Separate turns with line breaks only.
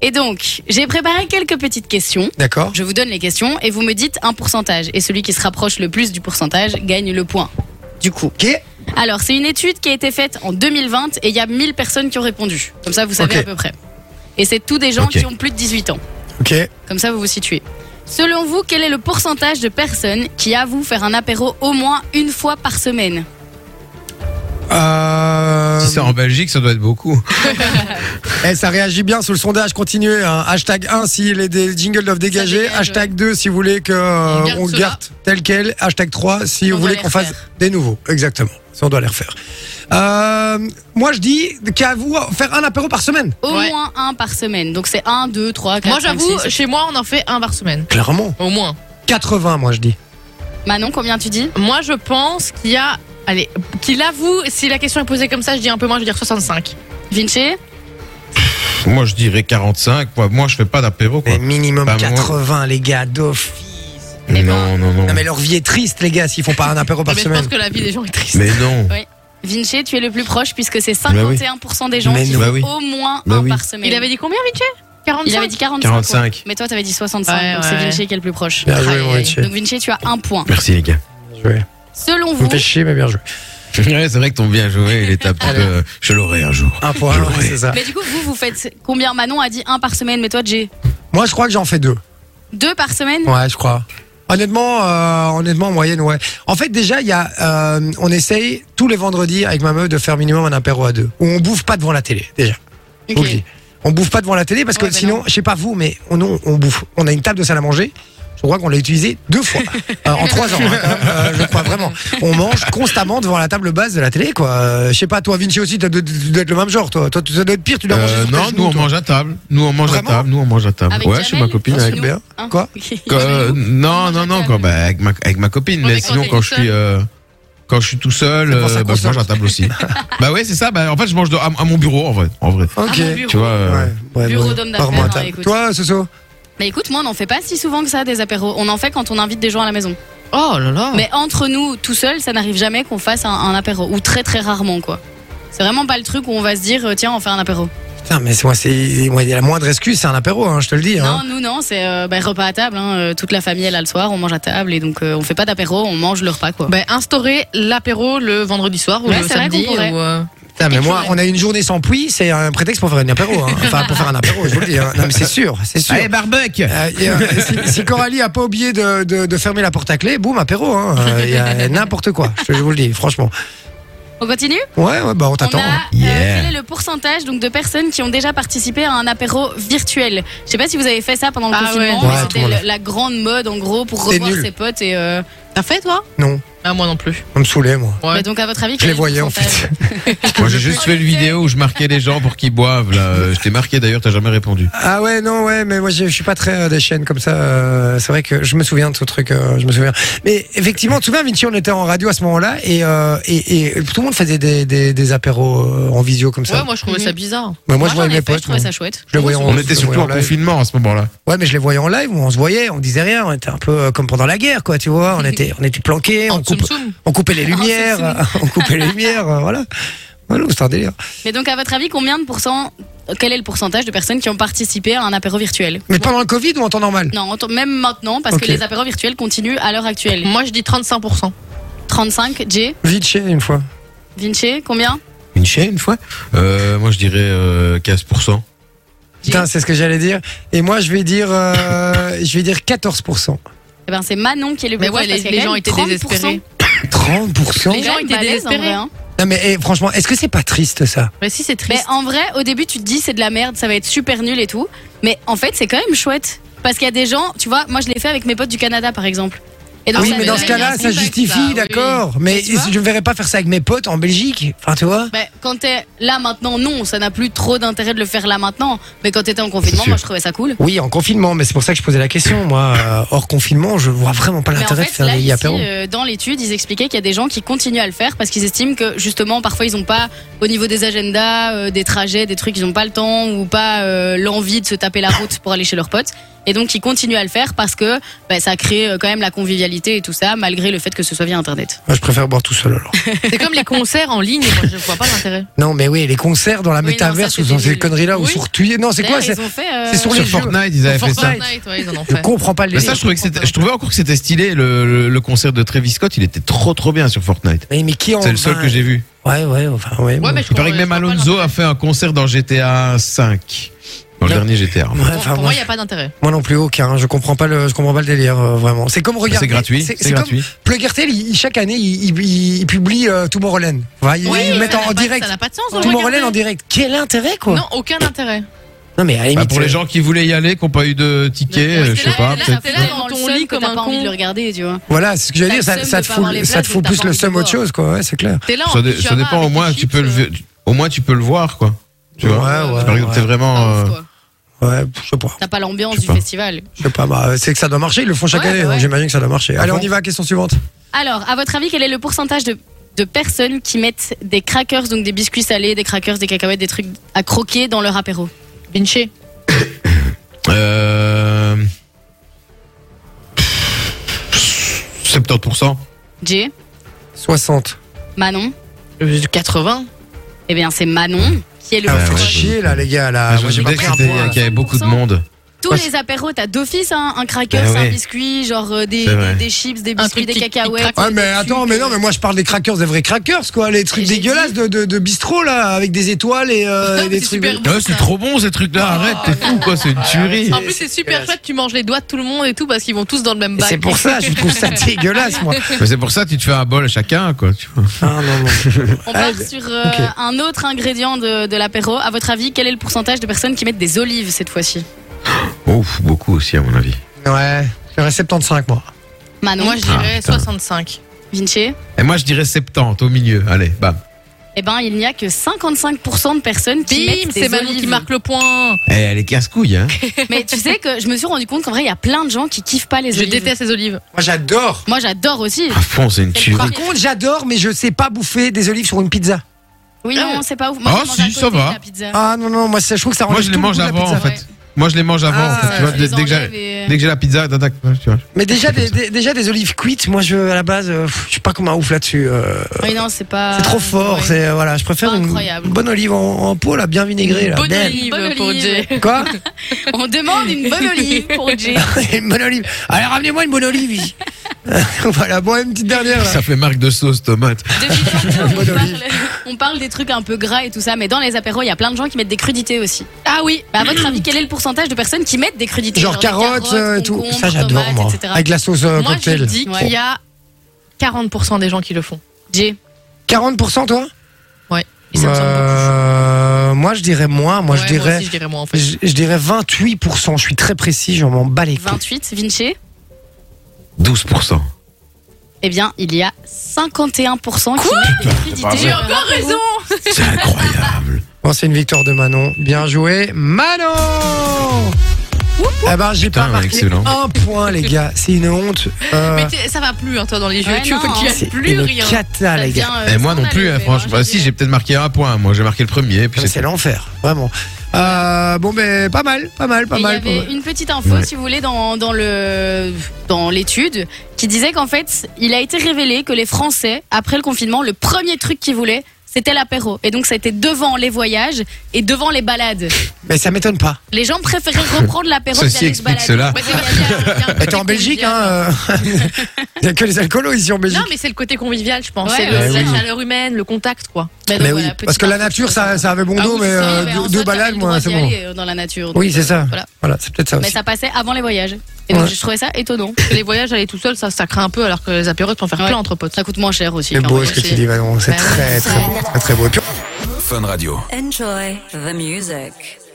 Et donc, j'ai préparé quelques petites questions.
D'accord.
Je vous donne les questions et vous me dites un pourcentage. Et celui qui se rapproche le plus du pourcentage gagne le point. Du coup.
Ok.
Alors, c'est une étude qui a été faite en 2020 et il y a 1000 personnes qui ont répondu. Comme ça, vous savez
Ok.
à peu près. Et c'est tous des gens
Ok.
qui ont plus de 18 ans.
Ok. Euh,
Comme ça, vous vous situez. Selon vous, quel est le pourcentage de personnes qui avouent faire un apéro au moins une fois par semaine
Euh,
Si c'est en Belgique, ça doit être beaucoup.
eh, ça réagit bien sous le sondage. Continuez. hein. Hashtag 1 si les, des jingles doivent dégager.
dégage,
Hashtag 2 si vous voulez que euh,
garde
on le
ceux-là.
garde tel quel. Hashtag 3 si
On
vous
doit
voulez
les
qu'on fasse
refaire.
des nouveaux. Exactement. Si on doit les refaire. Euh, moi, je dis qu'à vous faire un apéro par semaine.
Au
Ouais.
moins un par semaine. Donc, c'est 1, 2, 3, 4,
Moi,
5,
j'avoue,
6.
chez moi, on en fait un par semaine.
Clairement.
Au moins.
80, moi, je dis.
Manon, combien tu dis
Moi, je pense qu'il y a. Allez, qu'il avoue, si la question est posée comme ça, je dis un peu moins, je vais dire 65.
Vinci
Moi, je dirais 45. Moi, moi je fais pas d'apéro, quoi.
Mais minimum
Pas moins.
80, les gars. d'office.
Eh ben-
Non, non, non.
Non, mais leur vie est triste, les gars, s'ils font pas un apéro par
mais Eh ben, je pense
semaine.
que la vie des gens est triste.
Mais non.
Vinci, tu es le plus proche puisque c'est
Bah oui.
51% des gens
Mais
qui
non.
font
Bah oui.
au moins
Bah
un
oui.
par semaine.
Il avait dit combien, Vinci 45
Il avait dit 45.
45.
ouais. Mais toi, t'avais dit 65.
Ouais,
donc
ouais.
c'est Vinci qui est le plus proche.
Bien joué,
Aïe,
mon
aïe,
Vinci.
Donc Vinci, tu as un point.
Merci, les gars.
Joué.
Selon
Vous
vous,
me faites chier, mais bien joué.
Ouais, c'est vrai que ton bien joué, il est un peu. euh, Je l'aurai un jour.
Un point,
Je
ouais,
l'aurai.
c'est ça.
mais du coup, vous, vous faites combien Manon a dit un par semaine, mais toi, Jay
Moi, je crois que j'en fais deux.
deux par semaine
Ouais, je crois. Honnêtement, euh, honnêtement, en moyenne, ouais. En fait, déjà, il y a, euh, on essaye tous les vendredis avec ma meuf de faire minimum un apéro à deux. Où on bouffe pas devant la télé, déjà. Je vous
Ok.
le dis. On bouffe pas devant la télé parce que
Ouais, ben
sinon, je sais pas vous, mais on, on, on bouffe. On a une table de salle à manger. Je crois qu'on l'a utilisée deux fois Euh, en trois ans. hein, quand même, euh, je crois vraiment. On mange constamment devant la table basse de la télé, quoi. Euh, je sais pas, toi, Vinci aussi, t'as- tu dois être le même genre, toi. Toi, tu dois être pire. Tu dois manger
Euh,
sur tes
non,
genoux,
nous on
toi.
mange à table. Nous on mange
Vraiment
à table. Nous on mange à table.
Avec
bah ouais, chez ma
Jamel,
copine.
nous,
Avec...
nous. bien.
hein.
Quoi
Ok.
Euh, non,
mange à
non, non,
table.
quand, bah, avec, ma, avec ma copine.
Ouais,
Mais
mais quand
sinon,
t'es
quand je
seul.
suis. euh, Quand je suis tout seul,
C'est pour ça
euh,
qu'on
bah, je mange à
sort.
table aussi. bah ouais, c'est ça. Bah, en fait, je mange de- à, à mon bureau, en vrai. En vrai.
Ok.
Ah, mon bureau.
Tu vois. euh,
Ouais,
Bureau
ouais,
d'homme
par mois,
d'affaires,
t'as-
écoute.
Toi, Soso
Mais Bah écoute, moi, on n'en fait pas si souvent que ça, des apéros. On en fait quand on invite des gens à la maison.
Oh là là.
Mais entre nous, tout seul, ça n'arrive jamais qu'on fasse un, un apéro. Ou très, très rarement, quoi. C'est vraiment pas le truc où on va se dire, euh, tiens, on fait un apéro.
Putain, mais c'est- moi, c'est moi, il y a la moindre excuse, c'est un apéro, hein, je te le dis. hein.
Non, nous, non, c'est euh, bah, repas à table. hein. Euh, Toute la famille est là le soir, on mange à table et donc euh, on fait pas d'apéro, on mange le repas, quoi.
Ben, instaurer l'apéro le vendredi soir ou
Ouais,
le
c'est vrai
samedi.
qu'on pourrait.
ou, euh,
Putain, mais
quelque
moi,
chose.
on a une journée sans pluie, c'est un prétexte pour faire un apéro. hein. Enfin, pour faire un apéro, je vous le dis. hein. Non, mais c'est sûr, c'est sûr.
bah.
Allez, barbecue
Euh, et, euh, si, si Coralie a pas oublié de, de- de fermer la porte à clé, boum, apéro. hein. Euh, Il y a n'importe quoi, je, je vous le dis, franchement.
On continue
Ouais, ouais, bah on t'attend.
On a,
hein.
euh,
Yeah.
quel est le pourcentage donc, de personnes qui ont déjà participé à un apéro virtuel Je sais pas si vous avez fait ça pendant le
Ah
confinement, mais
ouais.
Ouais, tout le
c'était
monde a
le- la grande mode en gros pour
C'est
revoir
nul.
ses potes et. euh, T'as fait toi
Non,
Ah, moi non plus.
on me saoulait, moi.
Ouais.
Mais Donc à votre avis,
Je
quel est
les
le
voyais, en
pourcentage
fait.
Moi, j'ai juste fait une vidéo où je marquais les gens pour qu'ils boivent. Là, Euh, je t'ai marqué d'ailleurs, t'as jamais répondu.
Ah ouais, non, ouais, mais moi, je, je suis pas très euh, des chaînes comme ça. euh, c'est vrai que je me souviens de ce truc, euh, je me souviens. Mais effectivement, tu te souviens, Vinci, on était en radio à ce moment-là et, euh, et, et tout le monde faisait des, des, des apéros euh, en visio comme ça.
Ouais, moi je trouvais
Mhm.
ça bizarre.
Mais moi,
Moi,
je
j'en
voyais
ai
mes
fait, je
potes.
trouvais
moi.
ça chouette.
Je les voyais en
On
je
était
les
surtout
voyais
en
en live.
confinement à ce moment-là.
Ouais, mais je les voyais en live où on se voyait, on disait rien, on était un peu euh, comme pendant la guerre, quoi, tu vois. On était, on était planqués, on,
En tsum
coupe-
tsum.
on coupait les
En
lumières,
tsum
on coupait les lumières, euh, voilà. Voilà, c'est un délire.
Mais donc à votre avis, combien de pourcents quel est le pourcentage de personnes qui ont participé à un apéro virtuel
Mais pendant le Covid ou en temps normal
Non, en t- même maintenant, parce
Ok.
que les apéros virtuels continuent à l'heure actuelle.
Moi je dis 35%.
35, J,
Vite chez une fois.
Vinci, combien
Une chaîne, une fois euh, Moi, je dirais euh, 15%.
Putain, c'est ce que j'allais dire. Et moi, je vais dire, euh, je vais dire 14%.
Eh ben c'est Manon qui est le plus
Mais ouais,
proche, parce
les,
qu'il y a
les
quand
gens
même
étaient
30%.
désespérés.
Les
30%
gens étaient désespérés.
Non, mais eh, franchement, est-ce que c'est pas triste ça
Mais si, c'est
hein. Mais
triste.
en vrai, au début, tu te dis c'est de la merde, ça va être super nul et tout. Mais en fait, c'est quand même chouette. Parce qu'il y a des gens, tu vois, moi je l'ai fait avec mes potes du Canada par exemple. Et
Ah
Oui,
ça
mais
avait
dans
la
ce
il y a un
cas-là,
même
ça
contexte,
justifie,
là, oui.
d'accord. Mais
tu vois
je ne verrais pas faire ça avec mes potes en Belgique. Enfin, tu vois
Ben, quand t'es là maintenant, non, ça n'a plus trop d'intérêt de le faire là maintenant. Mais quand t'étais en confinement,
C'est sûr.
moi je trouvais ça cool.
Oui, en confinement, mais c'est pour ça que je posais la question. Moi, euh, hors confinement, je vois vraiment pas
Mais en
l'intérêt de
fait,
faire
là,
des
ici,
apéros.
euh, dans l'étude, ils expliquaient qu'il y a des gens qui continuent à le faire parce qu'ils estiment que justement, parfois, ils n'ont pas, au niveau des agendas, euh, des trajets, des trucs, ils n'ont pas le temps ou pas euh, l'envie de se taper la route pour aller chez leurs potes. Et donc, ils continuent à le faire parce que bah, ça crée euh, quand même la convivialité et tout ça, malgré le fait que ce soit via Internet.
Moi, je préfère boire tout seul alors.
C'est comme les concerts en ligne, moi, je vois pas l'intérêt.
Non, mais oui, les concerts dans la
Oui, non,
métaverse
ça,
ou
c'est
dans ces
débile.
conneries-là ou
Oui.
sur Twitter. Non, c'est quoi
D'ailleurs,
c'est-
ils ont fait, euh,
C'est sur les
Sur
jeux.
Fortnite, ils avaient fait ça.
Fortnite, ouais, ils en ont
Je
fait.
comprends pas
Mais
les.
ça, je trouvais, que c'était- je trouvais encore que c'était stylé. Le, le- le concert de Travis Scott, il était trop trop bien sur Fortnite.
Mais, mais qui en.
C'est le seul
ben,
que j'ai vu.
Ouais, ouais, enfin, ouais. bon.
mais je
Il paraît
comprends-
que même
je vois pas
Alonso a fait un concert dans GTA 5. Dans le
Non.
dernier GTA.
Ouais,
l'intérêt. Pour,
enfin,
pour
moi,
moi, il n'y a pas d'intérêt.
moi non plus aucun. hein. Je comprends pas le, je comprends pas le délire euh, vraiment. C'est comme regarder.
C'est gratuit. C'est
comme
gratuit.
Plug RTL, il- il- chaque année, il, il- il publie euh, Tomorrowland. Enfin, ils ils
mais
mettent
ça
en,
n'a
en
pas-
direct.
Ça n'a pas de sens. de le
Tomorrowland en
regarder.
direct. Quel intérêt quoi
Non, aucun intérêt.
Non, mais à la
Bah,
limite,
pour les
euh,
gens qui voulaient y aller, qui n'ont pas eu de
Ouais,
ticket, euh, je
c'est
sais
là-
pas.
là,
peut-être.
t'es
T'es
là
dans
dans
le
ton
seum
lit
que
comme
t'as
un
pas envie
con.
de le regarder, tu vois.
Voilà, c'est ce que j'allais dire.
T'as
Ça,
le seum
ça
de
te
pas
fout
avoir
plus,
les
ça
places
te
et
fout
t'as
plus
pas
le
envie de
seum
voir.
autre chose quoi. Ouais, c'est clair.
T'es là en
Ça, dé- ça
pyjama
dépend, au
avec
moins
des
tu, peux le,
chips, euh.
vi- au moins tu peux le voir, quoi. Tu
ouais,
vois
ouais,
Par exemple,
ouais.
t'es vraiment.
Pas
euh,
ouf, quoi.
Ouais, je sais pas.
T'as pas l'ambiance
je
du
sais pas.
festival.
Je sais pas, bah, c'est que ça doit marcher, ils le font chaque
Ouais,
année,
bah
donc
ouais.
j'imagine que ça doit marcher.
Ah
Allez, on y va, question suivante.
Alors, à votre avis, quel est le pourcentage de, de personnes qui mettent des crackers, donc des biscuits salés, des crackers, des cacahuètes, des trucs à croquer dans leur apéro
Vinci.
Euh... 70%.
Jay
60.
Ah,
Manon
Euh, 80.
Eh bien, c'est Manon qui est le
Ah,
ouais,
faut
ouais,
chier là, les gars, là.
Ah, je
Moi, j'ai
me
pas
disais
pris
que
un
c'était-
point. hein,
qu'il y avait beaucoup de monde.
Tous les apéros, t'as d'office hein, un, un cracker,
Ben
un
ouais.
biscuit, genre euh, des,
C'est vrai.
des, des chips, des
Un
biscuits,
truc
des
qui- qui
cacahuètes.
craque.
Ouais, mais attends, mais non, mais moi je parle des crackers, des vrais crackers, quoi. Les trucs
J'ai
dégueulasses de, de, de bistrot, là, avec des étoiles et, euh,
Ouais,
et
mais
des
c'est
trucs.
super
Ah ouais, c'est trop bon ces trucs-là, arrête, t'es fou quoi, c'est une tuerie.
En plus, c'est super chouette, tu manges les doigts de tout le monde et tout parce qu'ils vont tous dans le même
Et
bac.
C'est pour ça, je trouve ça dégueulasse, moi.
Mais c'est pour ça que tu te fais un bol à chacun quoi. tu vois.
Ah, non, non.
On part
Ah,
sur euh,
ok.
un autre ingrédient de, de l'apéro. À votre avis, quel est le pourcentage de personnes qui mettent des olives cette fois-ci
Ouf, beaucoup aussi à mon avis.
Ouais, j'aurais 75, moi.
Manon,
Moi, je
Ah,
dirais
putain.
65.
Vinci
Et moi je dirais 70 au milieu, allez, bam.
Eh ben, il n'y a que 55% de personnes qui
Bim,
mettent des
c'est Manon
olives.
qui marque le point.
Eh, elle est casse-couille hein.
Mais tu sais que je me suis rendu compte qu'en vrai, il y a plein de gens qui kiffent pas les
Je
olives.
déteste les olives.
Moi, j'adore.
Moi, j'adore aussi.
À fond, c'est une tuerie.
Par contre, j'adore, mais je sais pas bouffer des olives sur une pizza.
Oui,
Ah
non,
ouais.
c'est pas ouf. Moi,
Ah,
je mange à
si,
côté
ça
de
va.
la pizza.
Ah, non, non, moi, ça, je trouve que ça rend
Moi je les mange avant en fait. Moi je les mange avant.
Ah,
en fait, tu vois,
je
dès,
les
dès que
enlève
j'ai
et- euh,
dès que j'ai la pizza, tac, tac, tu vois.
Mais déjà des, des- déjà des olives cuites, moi je à la base, euh, pff, je suis pas comme un ouf là-dessus. euh,
Oui, non, c'est pas.
c'est trop fort,
Ah, Ouais.
c'est euh, voilà, je préfère
Pas
une
incroyable.
bonne olive en, en peau là, bien vinaigrée là.
Bonne
belle.
olive
Bonne
pour
olive.
Jay.
Quoi
On demande une bonne olive pour Jay.
Une bonne olive. Allez, ramenez-moi une bonne olive. ici. voilà, bon, une petite dernière. là.
Ça fait marque de sauce tomate.
Depuis tantôt,
Bonne
on, parle,
olive.
on parle des trucs un peu gras et tout ça, mais dans les apéros, il y a plein de gens qui mettent des crudités aussi.
Ah oui.
Bah, à votre avis, quel est le pourcentage de personnes qui mettent des crudités
Genre
des
carottes, euh, et tout.
concombres,
Ça j'adore
tomates,
moi.
etc.
Avec la sauce euh,
Moi, je
cocktail.
dis
Ouais.
qu'il y a 40% des gens qui le font.
Jay.
40% toi
Et ça me semble beaucoup.
Euh, Moi je dirais moins, moi
Ouais,
je dirais
aussi, je dirais moi en fait.
je, je dirais 28%, je suis très précis, je m'en bats les couilles.
28, Vinci.
12%.
Eh bien, il y a 51% qui mettent des crudités.
vrai. J'ai
encore raison
C'est incroyable.
Bon, c'est une victoire de Manon. Bien joué, Manon Eh ben, j'ai
Putain,
pas marqué
excellent.
un point, les gars. C'est une honte. Euh,
Mais t'es- ça va plus, hein, toi, dans les jeux.
Ouais,
tu
non,
vois qu'il
hein.
y
c'est
a plus
une
rien.
cata, les gars.
euh,
Et moi non plus, hein, franchement. Bah, si, j'ai peut-être marqué un point. Moi j'ai marqué le premier. Puis
Non, mais
c'est
C'est l'enfer, vraiment. Euh, bon, mais pas mal, pas mal, pas
Et Il y
mal. pas
avait
mal.
une petite info,
Ouais.
si vous voulez, dans, dans le dans l'étude, qui disait qu'en fait, il a été révélé que les Français, après le confinement, le premier truc qu'ils voulaient, c'était l'apéro. Et donc, ça a été devant les voyages et devant les balades.
Mais ça m'étonne pas.
Les gens préféraient reprendre l'apéro que
Ceci
d'aller se
explique
balader.
cela.
Ouais, c'est parce qu'il y a- il y a un
Mais t'es
côté
en Belgique,
convivial.
hein euh, Il y a que les alcoolos ici en Belgique.
Non, mais c'est le côté convivial, je pense.
Ouais,
c'est le-
ouais,
la
oui.
chaleur humaine, le contact, quoi.
Bah, donc,
mais oui,
voilà, petite
parce que la
info,
nature,
je
ça,
trouve
ça avait bon
Ah
dos,
oui,
mais
c'est ça,
euh,
il y avait en soi,
deux, deux
t'avais le
balades,
droit
moi,
d'y
c'est bon.
aller, euh, Dans la nature.
Oui,
donc,
c'est
euh,
ça.
voilà.
Voilà, c'est peut-être ça
Mais
aussi.
ça passait avant les voyages. Et donc,
Ouais.
je trouvais ça étonnant.
Les voyages aller tout seul, ça, ça craint un peu, alors que les apéros, tu peux en faire
Ouais.
plein entre potes.
Ça coûte moins cher aussi. hein.
C'est
qu'un
beau
voyage
ce que tu
chez-
dis, Manon. C'est
Bah oui.
très, très, très, très beau. Et puis,
Fun Radio.
Enjoy the music.